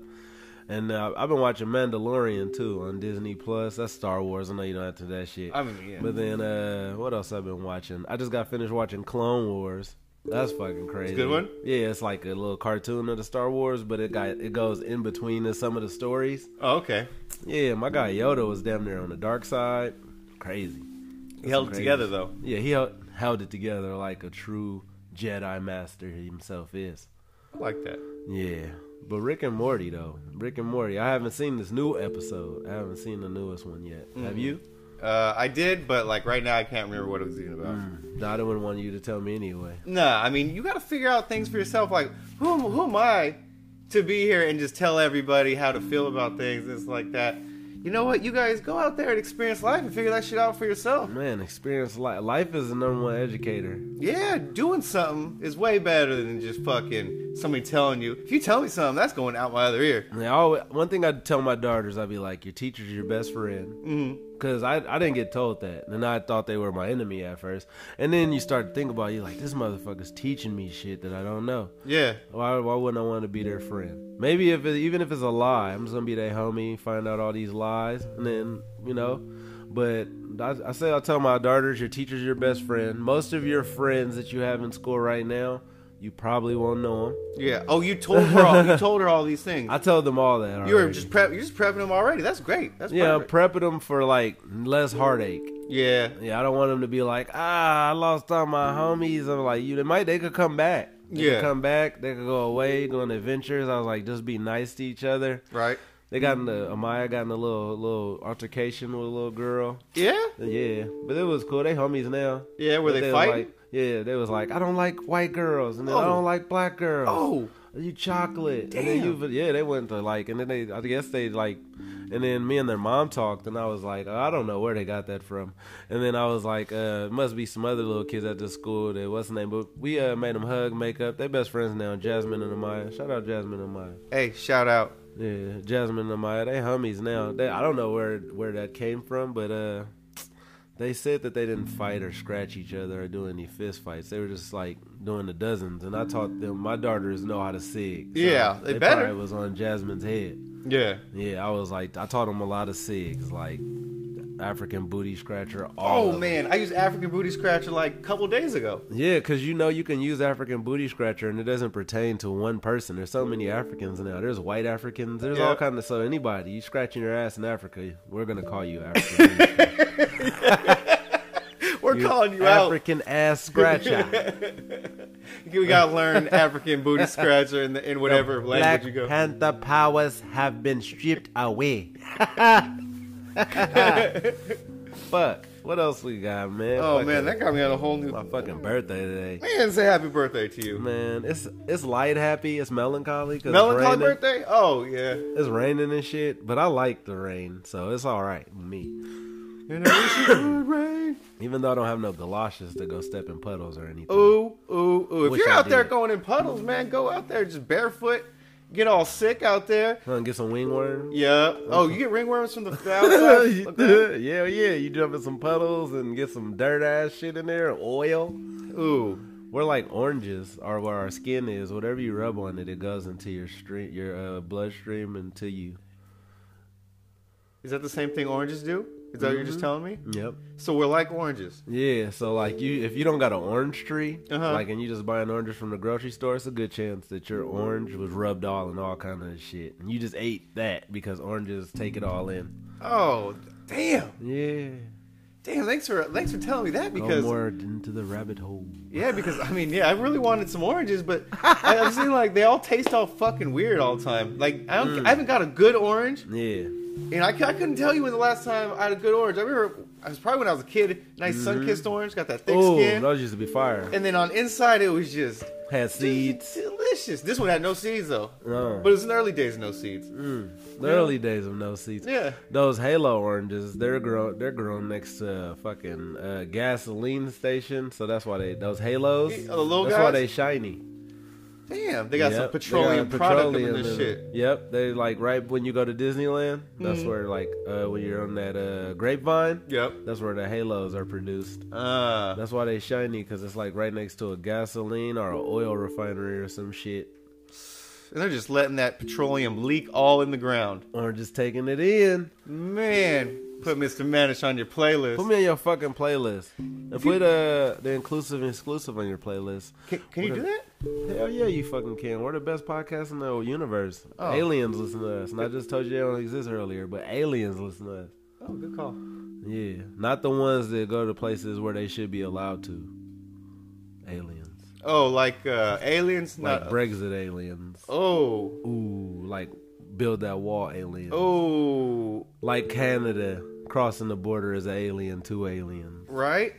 And uh, I've been watching Mandalorian too on Disney Plus. That's Star Wars. I know you don't have to do that shit. I mean, yeah. But then uh, what else I've been watching? I just got finished watching Clone Wars. That's fucking crazy. good one? Yeah, it's like a little cartoon of the Star Wars, but it got it goes in between the, some of the stories. Oh, okay. Yeah, my guy Yoda was damn near on the dark side. Crazy. He held it crazy. together though. Yeah, he held, held it together like a true Jedi master himself is. I like that. Yeah. But Rick and Morty, though. Rick and Morty. I haven't seen this new episode. I haven't seen the newest one yet. Have you? Uh, I did, but like right now, I can't remember what it was even about. I don't want you to tell me anyway. Nah, I mean, you got to figure out things for yourself. Like, who am, who am I to be here and just tell everybody how to feel about things? It's like that. You know what? You guys go out there and experience life and figure that shit out for yourself. Man, experience life. Life is the number one educator. Yeah, doing something is way better than just fucking somebody telling you. If you tell me something, that's going out my other ear. And I always, one thing I tell my daughters, I'd be like, your teacher's your best friend. Mm-hmm. Because I, I didn't get told that. And I thought they were my enemy at first. And then you start to think about it. You're like, this motherfucker's teaching me shit that I don't know. Yeah, Why, why wouldn't I want to be their friend? Maybe if it, even if it's a lie, I'm just gonna be their homie, find out all these lies, and then you know. But I, I say I tell my daughters, your teacher's your best friend. Most of your friends that you have in school right now, you probably won't know them. yeah. Oh, you told her <laughs> all. You told her all these things. I tell them all that. you were already. just prep. You're just prepping them already. That's great. That's yeah, I'm perfect. prepping them for like less heartache. yeah. Yeah, I don't want them to be like, ah, I lost all my homies. I'm like, you, they might, they could come back. They Yeah. could come back. They could go away, go on adventures. I was like, just be nice to each other. Right. They got in the Amaya got in a little little altercation with a little girl. Yeah. Yeah, but it was cool. They homies now. Yeah. Were But they was fighting? Like, yeah, they was like, I don't like white girls, and then I Oh. don't like black girls. Oh. you chocolate. And then you, yeah, they went to like, and then they, I guess they like, and then me and their mom talked, and I was like, I don't know where they got that from. And then I was like, uh, it must be some other little kids at the school that what's the name, but we uh, made them hug, make up. They best friends now, Jasmine and Amaya. Shout out Jasmine and Amaya. Hey, shout out. Yeah, Jasmine and Amaya, they homies now. They, I don't know where where that came from, but uh, they said that they didn't fight or scratch each other or do any fist fights. They were just like doing the dozens. And I taught them my daughters know how to sig. Yeah, they better. probably was on Jasmine's head. Yeah. Yeah, I was like, I taught them a lot of sigs, like African booty scratcher. All Oh of it. man, I used African booty scratcher like a couple days ago. Yeah, because you know you can use African booty scratcher and it doesn't pertain to one person. There's so many Africans now. There's white Africans. There's all Yeah. kind of so anybody you scratching your ass in Africa, we're gonna call <laughs> you African. booty scratcher. We're calling you African ass <laughs> scratcher. out. We gotta learn African booty scratcher in, the, in whatever language Black you go. Panther powers have been stripped away. <laughs> Fuck. What else we got, man? oh Fucking- man, that got me on a whole new. my fucking birthday today. Man, say happy birthday to you. Man, it's it's light happy. It's melancholy. 'cause it's Melancholy raining. birthday? Oh yeah. It's raining and shit, but I like the rain, so it's all right with me. And I wish it <clears throat> would rain. Even though I don't have no galoshes to go step in puddles or anything. Ooh, ooh, ooh. If Wish you're I out there did. going in puddles, man, go out there just barefoot. Get all sick out there. Huh, get some wingworm. Yeah. Oh, you get ringworms <laughs> from the <laughs> yeah, <laughs> outside? Okay. yeah. You jump in some puddles and get some dirt ass shit in there, oil. Ooh. We're like oranges, or where our skin is. Whatever you rub on it, it goes into your stream, your uh, bloodstream, into you. Is that the same thing oranges do? Is that what you're just telling me? Yep. So we're like oranges. Yeah. So like you, if you don't got an orange tree, Uh-huh. like, and you just buying oranges from the grocery store, it's a good chance that your orange was rubbed all in all kind of shit, and you just ate that because oranges take it all in. Oh, damn. Yeah. Damn, thanks for thanks for telling me that Because because Go more into the rabbit hole. yeah, because I mean, yeah, I really wanted some <laughs> oranges, but I, I've seen like they all taste all fucking weird all the time. Like I Mm. don't, I haven't got a good orange, Yeah. and I, cou- I couldn't tell you when the last time I had a good orange. I remember I was probably when I was a kid, nice sun-kissed orange, got that thick Mm-hmm. Oh, skin, those used to be fire. and then on inside it was just Had seeds. delicious. This one had no seeds though, Oh. but it was in the early days, no seeds. The early days of no seeds. Yeah. Those Halo oranges, they're grown they're grown next to a fucking uh, gasoline station, so that's why they those halos. Yeah, oh, the little that's why guys? they shiny. Damn, they got Yep, some they petroleum got product petroleum in it. this shit. Yep, they like right when you go to Disneyland, that's where like uh, when you're on that uh, grapevine, Yep. that's where the halos are produced. Uh, That's why they shiny because it's like right next to a gasoline or an oil refinery or some shit, and they're just letting that petroleum leak all in the ground. or just taking it in. Man, put Mr. Manish on your playlist. Put me on your fucking playlist. And put uh, the inclusive and exclusive on your playlist. can, can you do that? Hell yeah, you fucking can. We're the best podcast in the whole universe. Oh. Aliens listen to us. And I just told you they don't exist earlier, but aliens listen to us. Oh, good call. Yeah. Not the ones that go to places where they should be allowed to. Aliens. Oh, like uh, aliens? Like Not. Brexit aliens. oh, Ooh, like build that wall aliens. oh, Like Canada crossing the border is an alien to aliens. right.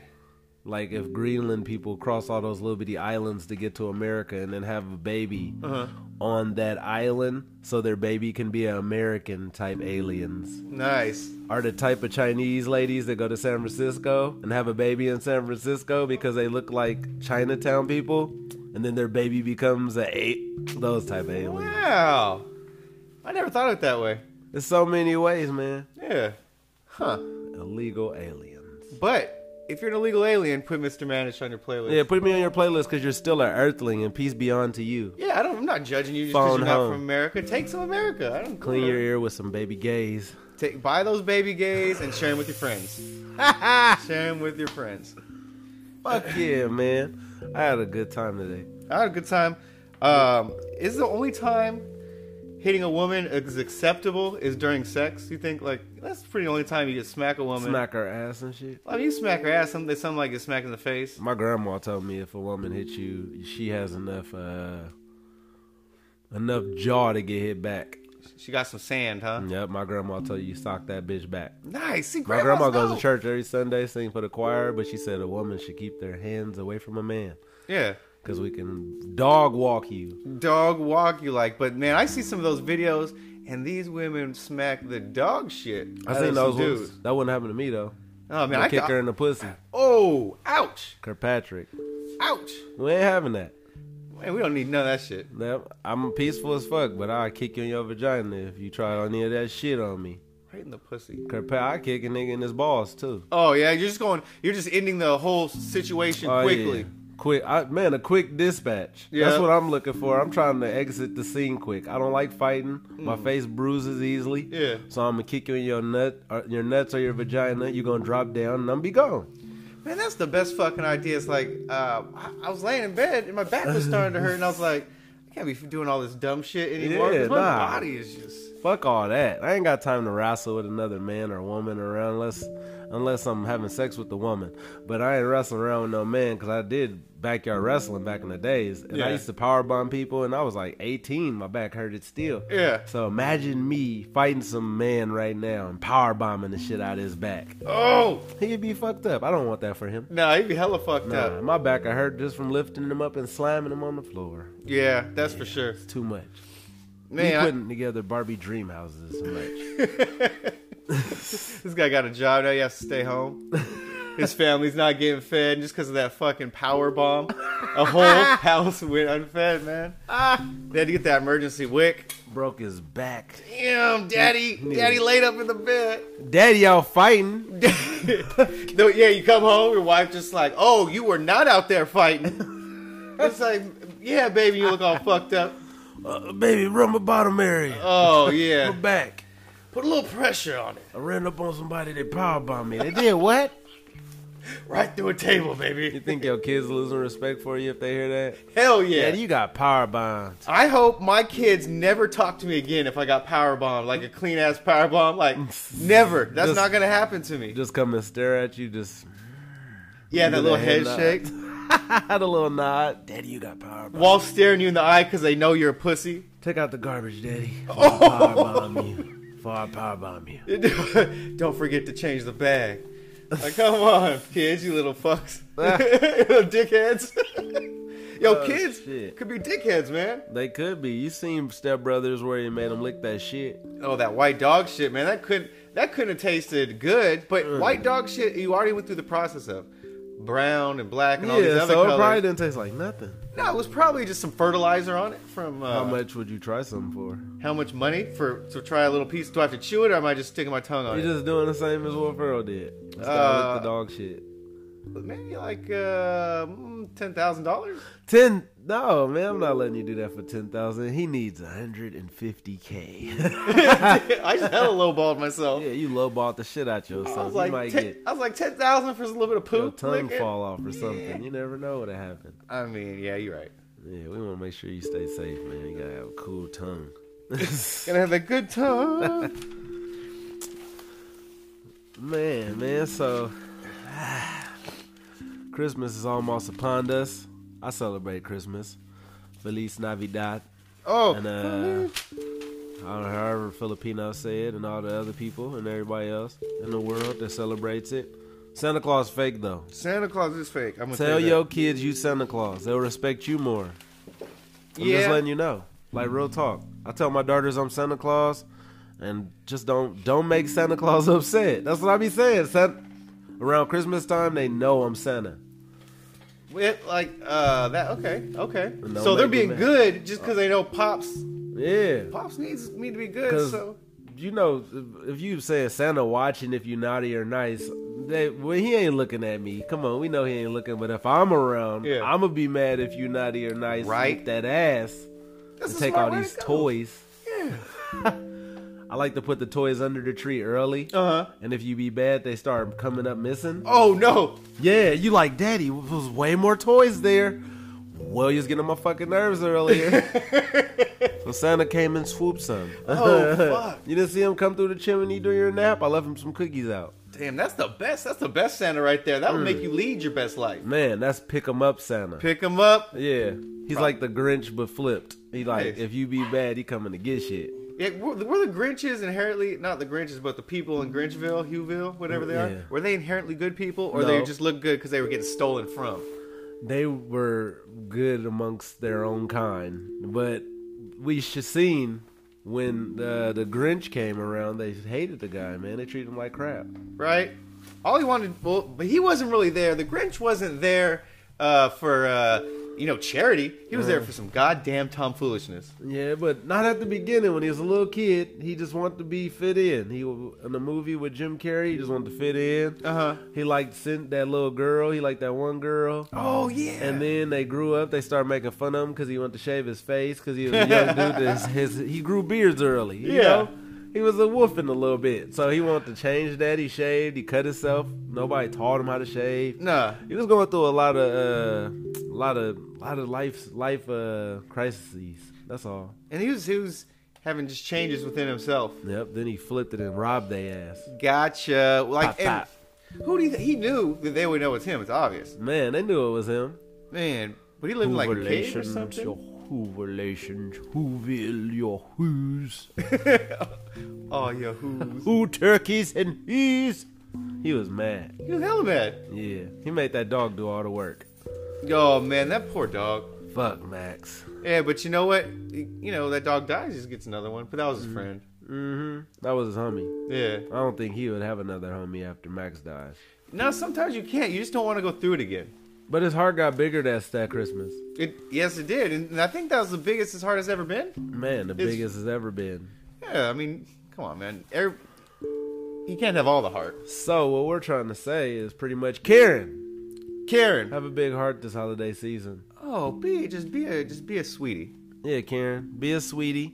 Like if Greenland people cross all those little bitty islands to get to America and then have a baby on that island, so their baby can be an American type aliens. Nice. Are the type of Chinese ladies that go to San Francisco and have a baby in San Francisco because they look like Chinatown people, and then their baby becomes a eight those type of aliens. Wow. I never thought of it that way. There's so many ways, man. Yeah. Huh. Illegal aliens. But if you're an illegal alien, put Mr. Manish on your playlist. Yeah, put me on your playlist because you're still an Earthling, and peace be on to you. Yeah, I don't. I'm not judging you just because Phone you're not home. from America. Take some America. I don't Clean your ear with some baby gays. Take buy those baby gays and share them with <laughs> your friends. share them with your friends. Fuck yeah, man. I had a good time today. I had a good time. Um, is the only time hitting a woman is acceptable is during sex? You think like that's pretty the only time you get smack a woman? Smack her ass and shit. I mean, you smack her ass. Some they some like get smacked in the face. My grandma told me if a woman hits you, she has enough uh enough jaw to get hit back. She got some sand, huh? Yep, my grandma told you sock that bitch back. Nice. See, Mm. My grandma grandmas goes know. to church every Sunday, sing for the choir, but she said a woman should keep their hands away from a man Yeah. because we can dog walk you. dog walk you like. But man, I see some of those videos, and these women smack the dog shit. I out seen of those some ones. dudes. That wouldn't happen to me though. Oh man, I I kick ca- her in the pussy. Oh, ouch, Kirkpatrick. ouch. We ain't having that. Man, we don't need none of that shit. Yep, I'm peaceful as fuck, but I'll kick you in your vagina if you try any of that shit on me. Right in the pussy. Cause I kick a nigga in his balls too. Oh yeah, you're just going. You're just ending the whole situation Oh, yeah. quickly. quick. I, man, a quick dispatch. Yeah. That's what I'm looking for. I'm trying to exit the scene quick. I don't like fighting. My face bruises easily. Mm. Yeah. So I'm gonna kick you in your nut, or your nuts or your vagina. You're gonna drop down, and I'm be gone. Man, that's the best fucking idea. It's like uh, I, I was laying in bed and my back was starting to hurt, and I was like, I can't be doing all this dumb shit anymore. 'cause Yeah, my nah. body is just. Fuck all that. I ain't got time to wrestle with another man or woman around unless unless I'm having sex with the woman. But I ain't wrestling around with no man because I did backyard wrestling back in the days, and Yeah. I used to power bomb people. And I was like 18. My back hurted still. Yeah. So imagine me fighting some man right now and power bombing the shit out of his back. Oh He'd be fucked up. I don't want that for him. no, nah, he'd be hella fucked Nah, up. my back I hurt just from lifting him up and slamming him on the floor. Yeah, that's for sure. It's too much. we Man, putting together Barbie dream houses so much. <laughs> I- this guy got a job now. He has to stay home. His family's not getting fed and just because of that fucking power bomb. <laughs> A whole house went unfed, man. Ah, they had to get that emergency wick. Broke his back. Damn, daddy, daddy laid up in the bed. Daddy, y'all fighting? <laughs> no, yeah, you come home, your wife just like, oh, you were not out there fighting. <laughs> it's like, yeah, baby, you look all fucked up. Uh, baby, run my bottom area. Oh my yeah, back. put a little pressure on it, I ran up on somebody. They power bombed me. They did what? right through a table, You baby. think your kids losing respect for you if they hear that? Hell yeah. Daddy, you got power bombed. I hope my kids never talk to me again if I got power bomb, like a clean ass power bomb. <laughs> Like never. That's Just- not gonna happen to me. Just come and stare at you. <laughs> Just yeah, that give little it a head hand nod. shake. had a little nod. Daddy, you got power bomb. While staring you in the eye because they know you're a pussy. Take out the garbage, Daddy. Before I <laughs> power bomb you. Before I power bomb you. <laughs> Don't forget to change the bag. <laughs> Like, come on, kids, you little fucks. <laughs> little dickheads. <laughs> Yo, Oh, kids shit. could be dickheads, man. They could be. You seen Step Brothers where he made them lick that shit. Oh, that white dog shit, man. That couldn't that couldn't have tasted good, but Mm. white dog shit you already went through the process of brown and black and all these Yeah, other so it colors. probably didn't taste like nothing. No, it was probably just some fertilizer on it from uh, How much would you try something for? money for to try a little piece? Do I have to chew it or am I just sticking my tongue on You're it? just doing the same as Will Ferrell did. Just Uh, uh, lick the dog shit. Maybe like uh, mm, ten thousand dollars. Ten? No, man, I'm not letting you do that for ten thousand. He needs 150k. <laughs> I just hella lowballed <laughs> myself. yeah, you lowballed the shit out yourself. I was you like, might ten, get I was like ten thousand for a little bit of your poop. tongue licking. fall off or something. You never know what happened. I mean, yeah, you're right. Yeah, we want to make sure you stay safe, man. You gotta have a cool tongue. <laughs> Gonna have a good time. man, man, so <sighs> Christmas is almost upon us. I celebrate Christmas. Feliz Navidad. oh, And uh I don't know, however Filipino said and all the other people and everybody else in the world that celebrates it. Santa Claus fake though. Santa Claus is fake. I'm gonna Tell tell you. your kids you Santa Claus. They'll respect you more. I'm Yeah. just letting you know. Like real talk. I tell my daughters I'm Santa Claus and just don't don't make Santa Claus <laughs> upset. That's what I be saying. Santa, around Christmas time they know I'm Santa. It, like uh, that. Okay, okay. And don't So they're make being me mad. Uh, good just because they know pops. Yeah. Pops needs me to be good. Because So you know, if- if you say Santa watching if you naughty or nice, they well he ain't looking at me. Come on, we know he ain't looking. But if I'm around, Yeah. I'm gonna be mad if you naughty or nice. Right. Eat that ass. that's and a take smart all way to these go. toys. <laughs> I like to put the toys under the tree early. Uh-huh. And if you be bad, they start coming up missing. Oh no! Yeah, you like, Daddy, there was way more toys there. Well, you was getting on my fucking nerves <laughs> earlier. so Santa came and swooped some. Oh, fuck. You didn't see him come through the chimney during your nap? I left him some cookies out. Damn, that's the best. That's the best Santa right there. That would Mm. make you lead your best life. Man, that's pick 'em up Santa. Pick him up. yeah. He's like the Grinch but flipped. He like, Nice. if you be bad, he coming to get shit. Yeah, were, were the Grinches inherently not the Grinches, but the people in Grinchville, Hughville, whatever they are? Yeah. Were they inherently good people, or they No. just looked good because they were getting stolen from? They were good amongst their own kind. But we should seen when the, the Grinch came around, they hated the guy, man. They treated him like crap. right? All he wanted, well, but he wasn't really there. The Grinch wasn't there uh, for uh, you know, charity. He was there Mm. for some goddamn tomfoolishness. Yeah, but not at the beginning when he was a little kid. He just wanted to be fit in. He w- in the movie with Jim Carrey, he just wanted to fit in. Uh-huh. He liked sent that little girl. He liked that one girl. Oh, yeah. And then they grew up. They started making fun of him because he wanted to shave his face because he was a young dude. His, his he grew beards early. You Yeah. know? He was a wolfing a little bit, so he wanted to change that. He shaved. He cut himself. Nobody taught him how to shave. Nah. He was going through a lot of, uh, a lot of, lot of life, life uh, crises. That's all. And he was he was having just changes within himself. Yep. Then he flipped it and robbed their ass. Gotcha. Pop, Like, and pop. who do you th- he knew that they would know it's him? It's obvious, Man, they knew it was him. man. But he lived in like a cave or something. Who relations? Whoville, your <laughs> who's? Oh, yeah, who's Who turkeys and he's? He was mad. he was hella mad. Yeah, he made that dog do all the work. Oh man, that poor dog. Fuck Max. Yeah, but you know what? You know that dog dies, he just gets another one. But that was his friend. Mm-hmm. That was his homie. Yeah. I don't think he would have another homie after Max dies. Now sometimes you can't. You just don't want to go through it again. But his heart got bigger that that Christmas. It yes, it did, and I think that was the biggest his heart has ever been. Man, the It's- biggest it's ever been. Yeah, I mean, come on, man. Every, you can't have all the heart. So what we're trying to say is pretty much Karen, Karen. have a big heart this holiday season. Oh, be just be a just be a sweetie. Yeah, Karen, be a sweetie.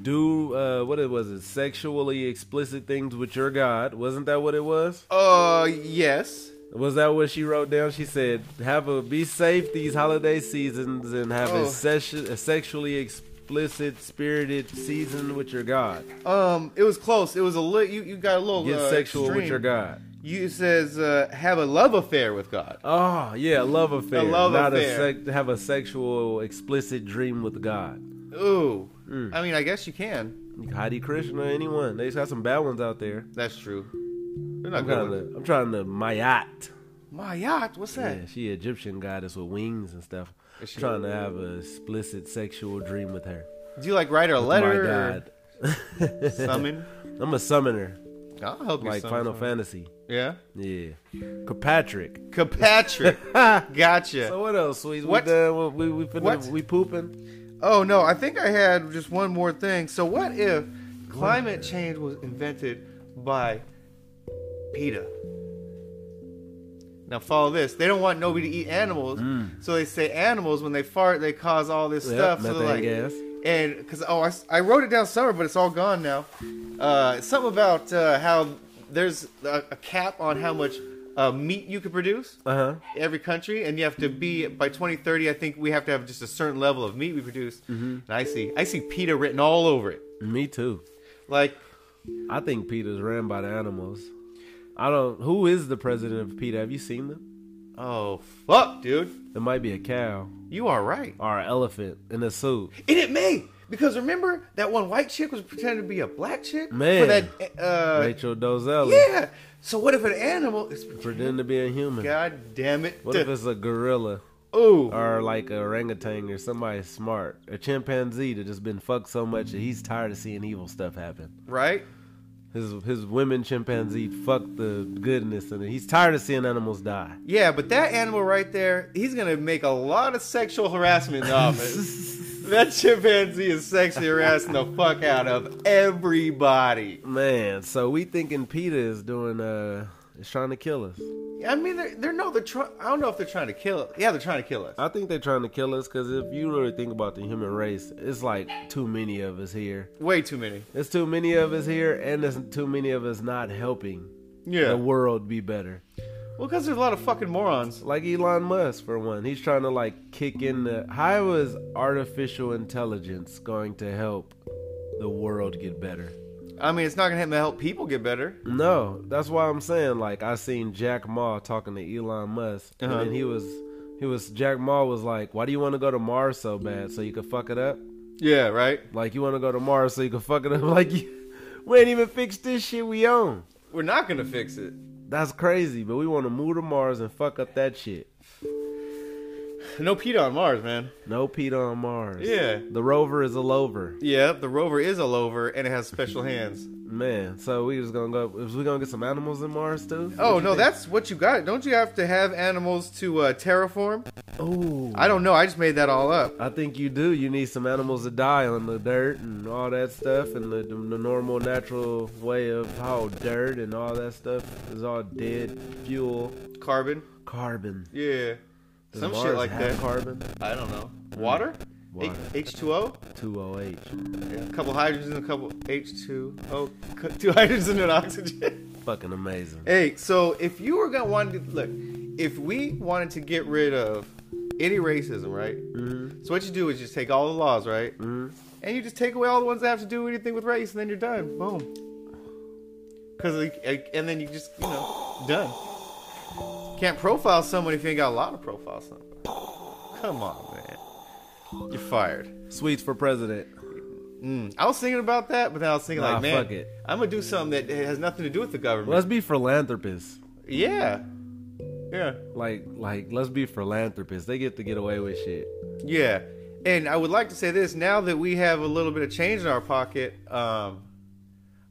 Do uh, what it was it sexually explicit things with your God? Wasn't that what it was? Uh, yes. Was that what she wrote down? She said, "Have a be safe these holiday seasons and have Oh. a, session, a sexually explicit, spirited season with your God. Um, it was close. It was a lit. You you got a little Get uh, sexual with extreme. your God. You it says uh, have a love affair with God. Oh yeah, love affair. love Not affair. a sec- have a sexual explicit dream with God. Ooh. I mean, I guess you can. Heidi Krishna, anyone? They just got some bad ones out there. That's true. They're I'm not trying good. to, I'm trying to Mayat. Mayat, what's that? Yeah, she Egyptian goddess with wings and stuff. Is she- Trying to have a explicit sexual dream with her. Do you like write her a letter My or God. <laughs> summon? I'm a summoner, I'll help you. like summon Final someone. Fantasy. Yeah. Yeah, Kirkpatrick. <laughs> Kapatrick. gotcha. So what else, sweets? What? We done? We we, finna, What? we pooping? oh no, I think I had just one more thing. So what if climate change was invented by PETA? Now follow this. They don't want nobody to eat animals, so they say animals when they fart they cause all this Mm. Yep, stuff. So methane they're like, gas. and because oh I, s- I wrote it down somewhere but it's all gone now uh, something about uh, how there's a, a cap on how much uh, meat you could produce Uh huh. every country and you have to be by 2030 i think we have to have just a certain level of meat we produce Mm-hmm. and i see i see peta written all over it Me too. like I think Peter's ran by the animals. I don't. Who is the president of PETA? Have you seen them? oh fuck dude It might be a cow you are right or an elephant in a suit. and it may because remember that one white chick was pretending to be a black chick for Man. that uh Rachel Dozell yeah so what if an animal is pretending to be a human. god damn it What if it's a gorilla oh or like a orangutan or somebody smart, a chimpanzee that just been fucked so much that he's tired of seeing evil stuff happen. right His his women chimpanzee fucked the goodness in it. He's tired of seeing animals die. Yeah, but that animal right there, he's gonna make a lot of sexual harassment in the <laughs> office. that chimpanzee is sexually harassing the fuck out of everybody. Man, so we thinking Peter is doing uh is trying to kill us. I mean, they're, they're no, they're trying. I don't know if they're trying to kill. Yeah, they're trying to kill us. I think they're trying to kill us because if you really think about the human race, it's like too many of us here. Way too many. There's too many of us here, and there's too many of us not helping Yeah. the Well, world be better. because there's a lot of fucking morons. like Elon Musk for one. He's trying to like kick in the how is artificial intelligence going to help the world get better? I mean, it's not gonna help people get better. No, that's why I'm saying like I seen Jack Ma talking to Elon Musk Uh-huh. and then he was he was Jack Ma was like, "Why do you want to go to Mars so bad so you could fuck it up? Yeah, right. Like you want to go to Mars so you could fuck it up <laughs> like you, we ain't even fixed this shit we own." We're not gonna fix it. That's crazy, but we want to move to Mars and fuck up that shit. No Pete on Mars, man. No Peter on Mars. Yeah. The rover is a lover. Yeah, the rover is a lover and it has special hands. Man, so we just gonna go is we gonna get some animals in Mars too? Oh no, that's what you got. Don't you have to have animals to uh, terraform? Oh I don't know. I just made that all up. I think you do. You need some animals to die on the dirt and all that stuff, and the, the, the normal, natural way of how dirt and all that stuff is all dead fuel, Carbon. carbon. Yeah. Does Some shit Mars like have that. Carbon. I don't know. Water. Water. H two O. Two O H. A couple hydrogens, a couple H two O. <laughs> Two hydrogens and an oxygen. Fucking amazing. Hey, so if you were gonna want to look, if we wanted to get rid of any racism, right? Mhm. So what you do is just take all the laws, right? Mhm. And you just take away all the ones that have to do anything with race, and then you're done. Boom. Cause like, and then you just you know done. Can't profile someone if you ain't got a lot of profile someone. Come on, man. You're fired. Sweets for president. Mm. I was thinking about that, but then I was thinking Nah, like, man, fuck it. I'm gonna do something that has nothing to do with the government. Let's be philanthropists. yeah. Yeah. Like, like, let's be philanthropists. They get to get away with shit. Yeah. And I would like to say this now that we have a little bit of change in our pocket. Um,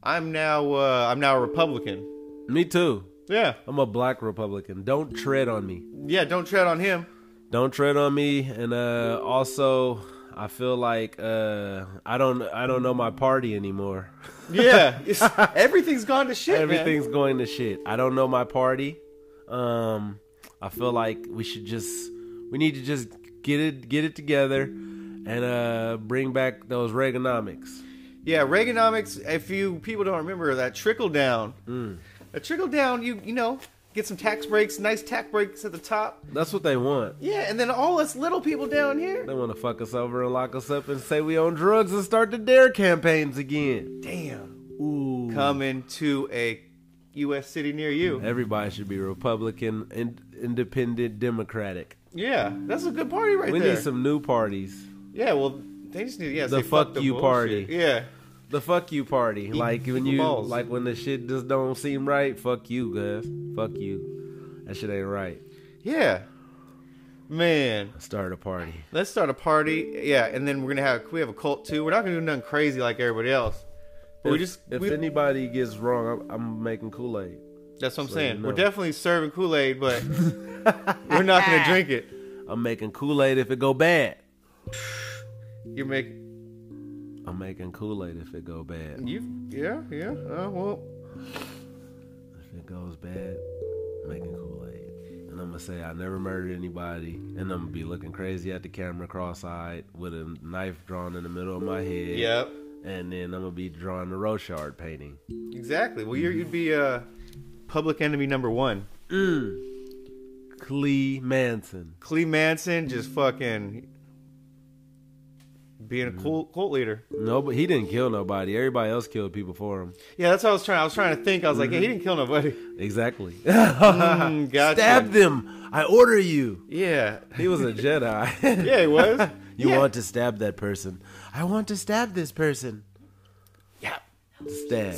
I'm now uh, I'm now a Republican. Me too. Yeah, I'm a black Republican. Don't tread on me. yeah. Don't tread on him. don't tread on me and uh also i feel like uh i don't i don't know my party anymore Yeah, it's, <laughs> everything's gone to shit. man. everything's going to shit i don't know my party um i feel like we should just we need to just get it get it together and uh bring back those reaganomics Yeah, Reaganomics. If you people don't remember that trickle down, Mm. a trickle down. You you know get some tax breaks, nice tax breaks at the top. that's what they want Yeah, and then all us little people down here. they want to fuck us over and lock us up and say we own drugs and start the dare campaigns again Damn, ooh coming to a U.S. city near you. everybody should be republican and independent democratic Yeah, that's a good party right Mm-hmm. we there. need some new parties. Yeah, well, they just need yeah The say fuck the you bullshit. party. Yeah, The fuck you party. like when the you balls. like when the shit just don't seem right, fuck you guys. Fuck you. That shit ain't right. yeah, man. Start a party. Let's start a party. Yeah, and then we're gonna have we have a cult too. We're not gonna do nothing crazy like everybody else. But we If- just if we, anybody gets wrong, I'm, I'm making Kool Aid. that's what I'm so saying. you know. We're definitely serving Kool Aid, but we're not gonna drink it. I'm making Kool Aid if it go bad. You make I'm making Kool Aid if it go bad. you yeah yeah. Uh, well, If it goes bad, I'm making Kool Aid. And I'm gonna say I never murdered anybody, and I'm gonna be looking crazy at the camera, cross-eyed, with a knife drawn in the middle of my head. yep, And then I'm gonna be drawing the Rochard painting. exactly. Well, you're, you'd be uh, public enemy number one. Mm. Clee Manson. Clee Manson just fucking being a Mm. cult, cult leader. No, but he didn't kill nobody. Everybody else killed people for him. Yeah, that's what I was trying. I was trying to think. I was like, hey, he didn't kill nobody. Exactly. <laughs> Mm, gotcha. Stab them. I order you. Yeah, He was a Jedi. <laughs> <laughs> yeah, he was. you Yeah. want to stab that person. I want to stab this person. Yeah. Stab.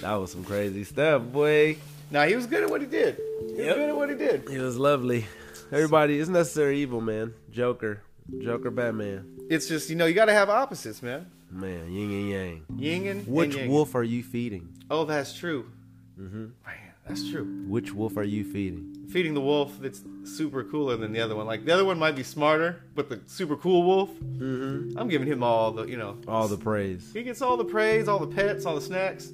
That was some crazy stuff, boy. Now he was good at what he did. He was Yep. good at what he did. It was lovely. Everybody, it's necessary evil, man. Joker. Joker Batman. It's just you know you got to have opposites, man. Man, yin and yang. Ying and Which and yang. wolf Mm-hmm. are you feeding? Oh, that's true. Man, that's true. Which wolf are you feeding? Feeding the wolf that's super cooler than the other one. Like the other one might be smarter, but the super cool wolf, Mm-hmm. I'm giving him all the you know. All the praise. He gets all the praise, all the pets, all the snacks.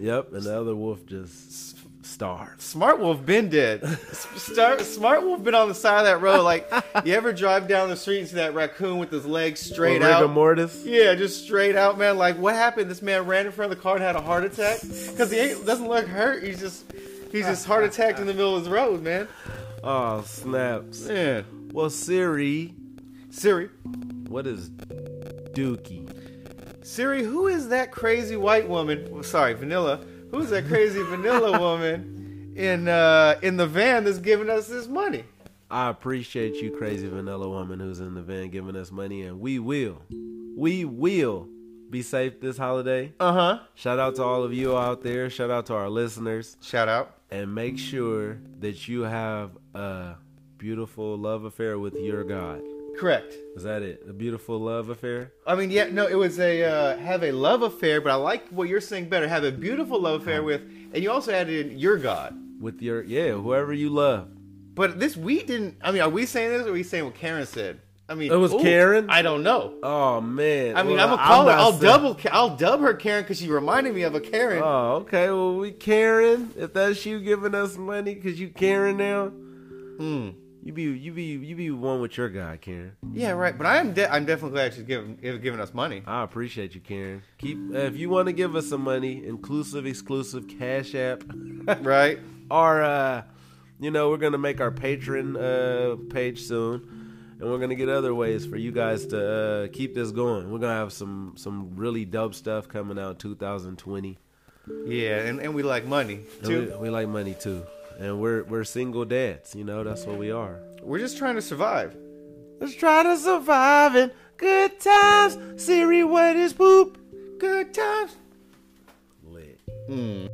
Yep, and the other wolf just starves. Smart Wolf been dead. Star- Smart Wolf been on the side of that road. Like, you ever drive down the street and see that raccoon with his legs straight Rigor out? mortis. yeah, just straight out, man. Like, what happened? This man ran in front of the car and had a heart attack because he ain't, doesn't look hurt. He's just he's just heart attacked in the middle of his road, man. Oh snaps. Yeah, Well, Siri, Siri, what is Dookie? Siri, who is that crazy white woman? well, Sorry, Vanilla. Who's that crazy Vanilla woman in uh, in the van that's giving us this money? I appreciate you, crazy vanilla woman who's in the van giving us money, and we will, we will be safe this holiday. Uh huh. Shout out to all of you out there. Shout out to our listeners, Shout out. and make sure that you have a beautiful love affair with your God. Correct. Is that it? A beautiful love affair? I mean, yeah, no, it was a uh, have a love affair, but I like what you're saying better. Have a beautiful love affair Uh-huh. with, and you also added in your God. With your, yeah, whoever you love. But this we didn't. I mean, are we saying this or are we saying what Karen said? I mean, It was Karen? I don't know. Oh, man. I mean, Well, I'm gonna call not her. I'll saying- double. Ka- I'll dub her Karen because she reminded me of a Karen. Oh, okay. Well, we Karen. If that's you giving us money, cause you Karen now. Hmm. You be you be you be one with your guy, Karen. yeah, right. But I am. De- I'm definitely glad she's giving giving us money. I appreciate you, Karen. Keep uh, if you want to give us some money, inclusive, exclusive, Cash App, <laughs> Right. or uh, you know we're gonna make our patron uh, page soon, and we're gonna get other ways for you guys to uh, keep this going. We're gonna have some some really dope stuff coming out 2020. Yeah, and, and we like money And too. We, we like money too, and we're we're single dads. You know that's what we are. We're just trying to survive. Let's try to survive in good times. Siri, what is poop? Good times. Lit.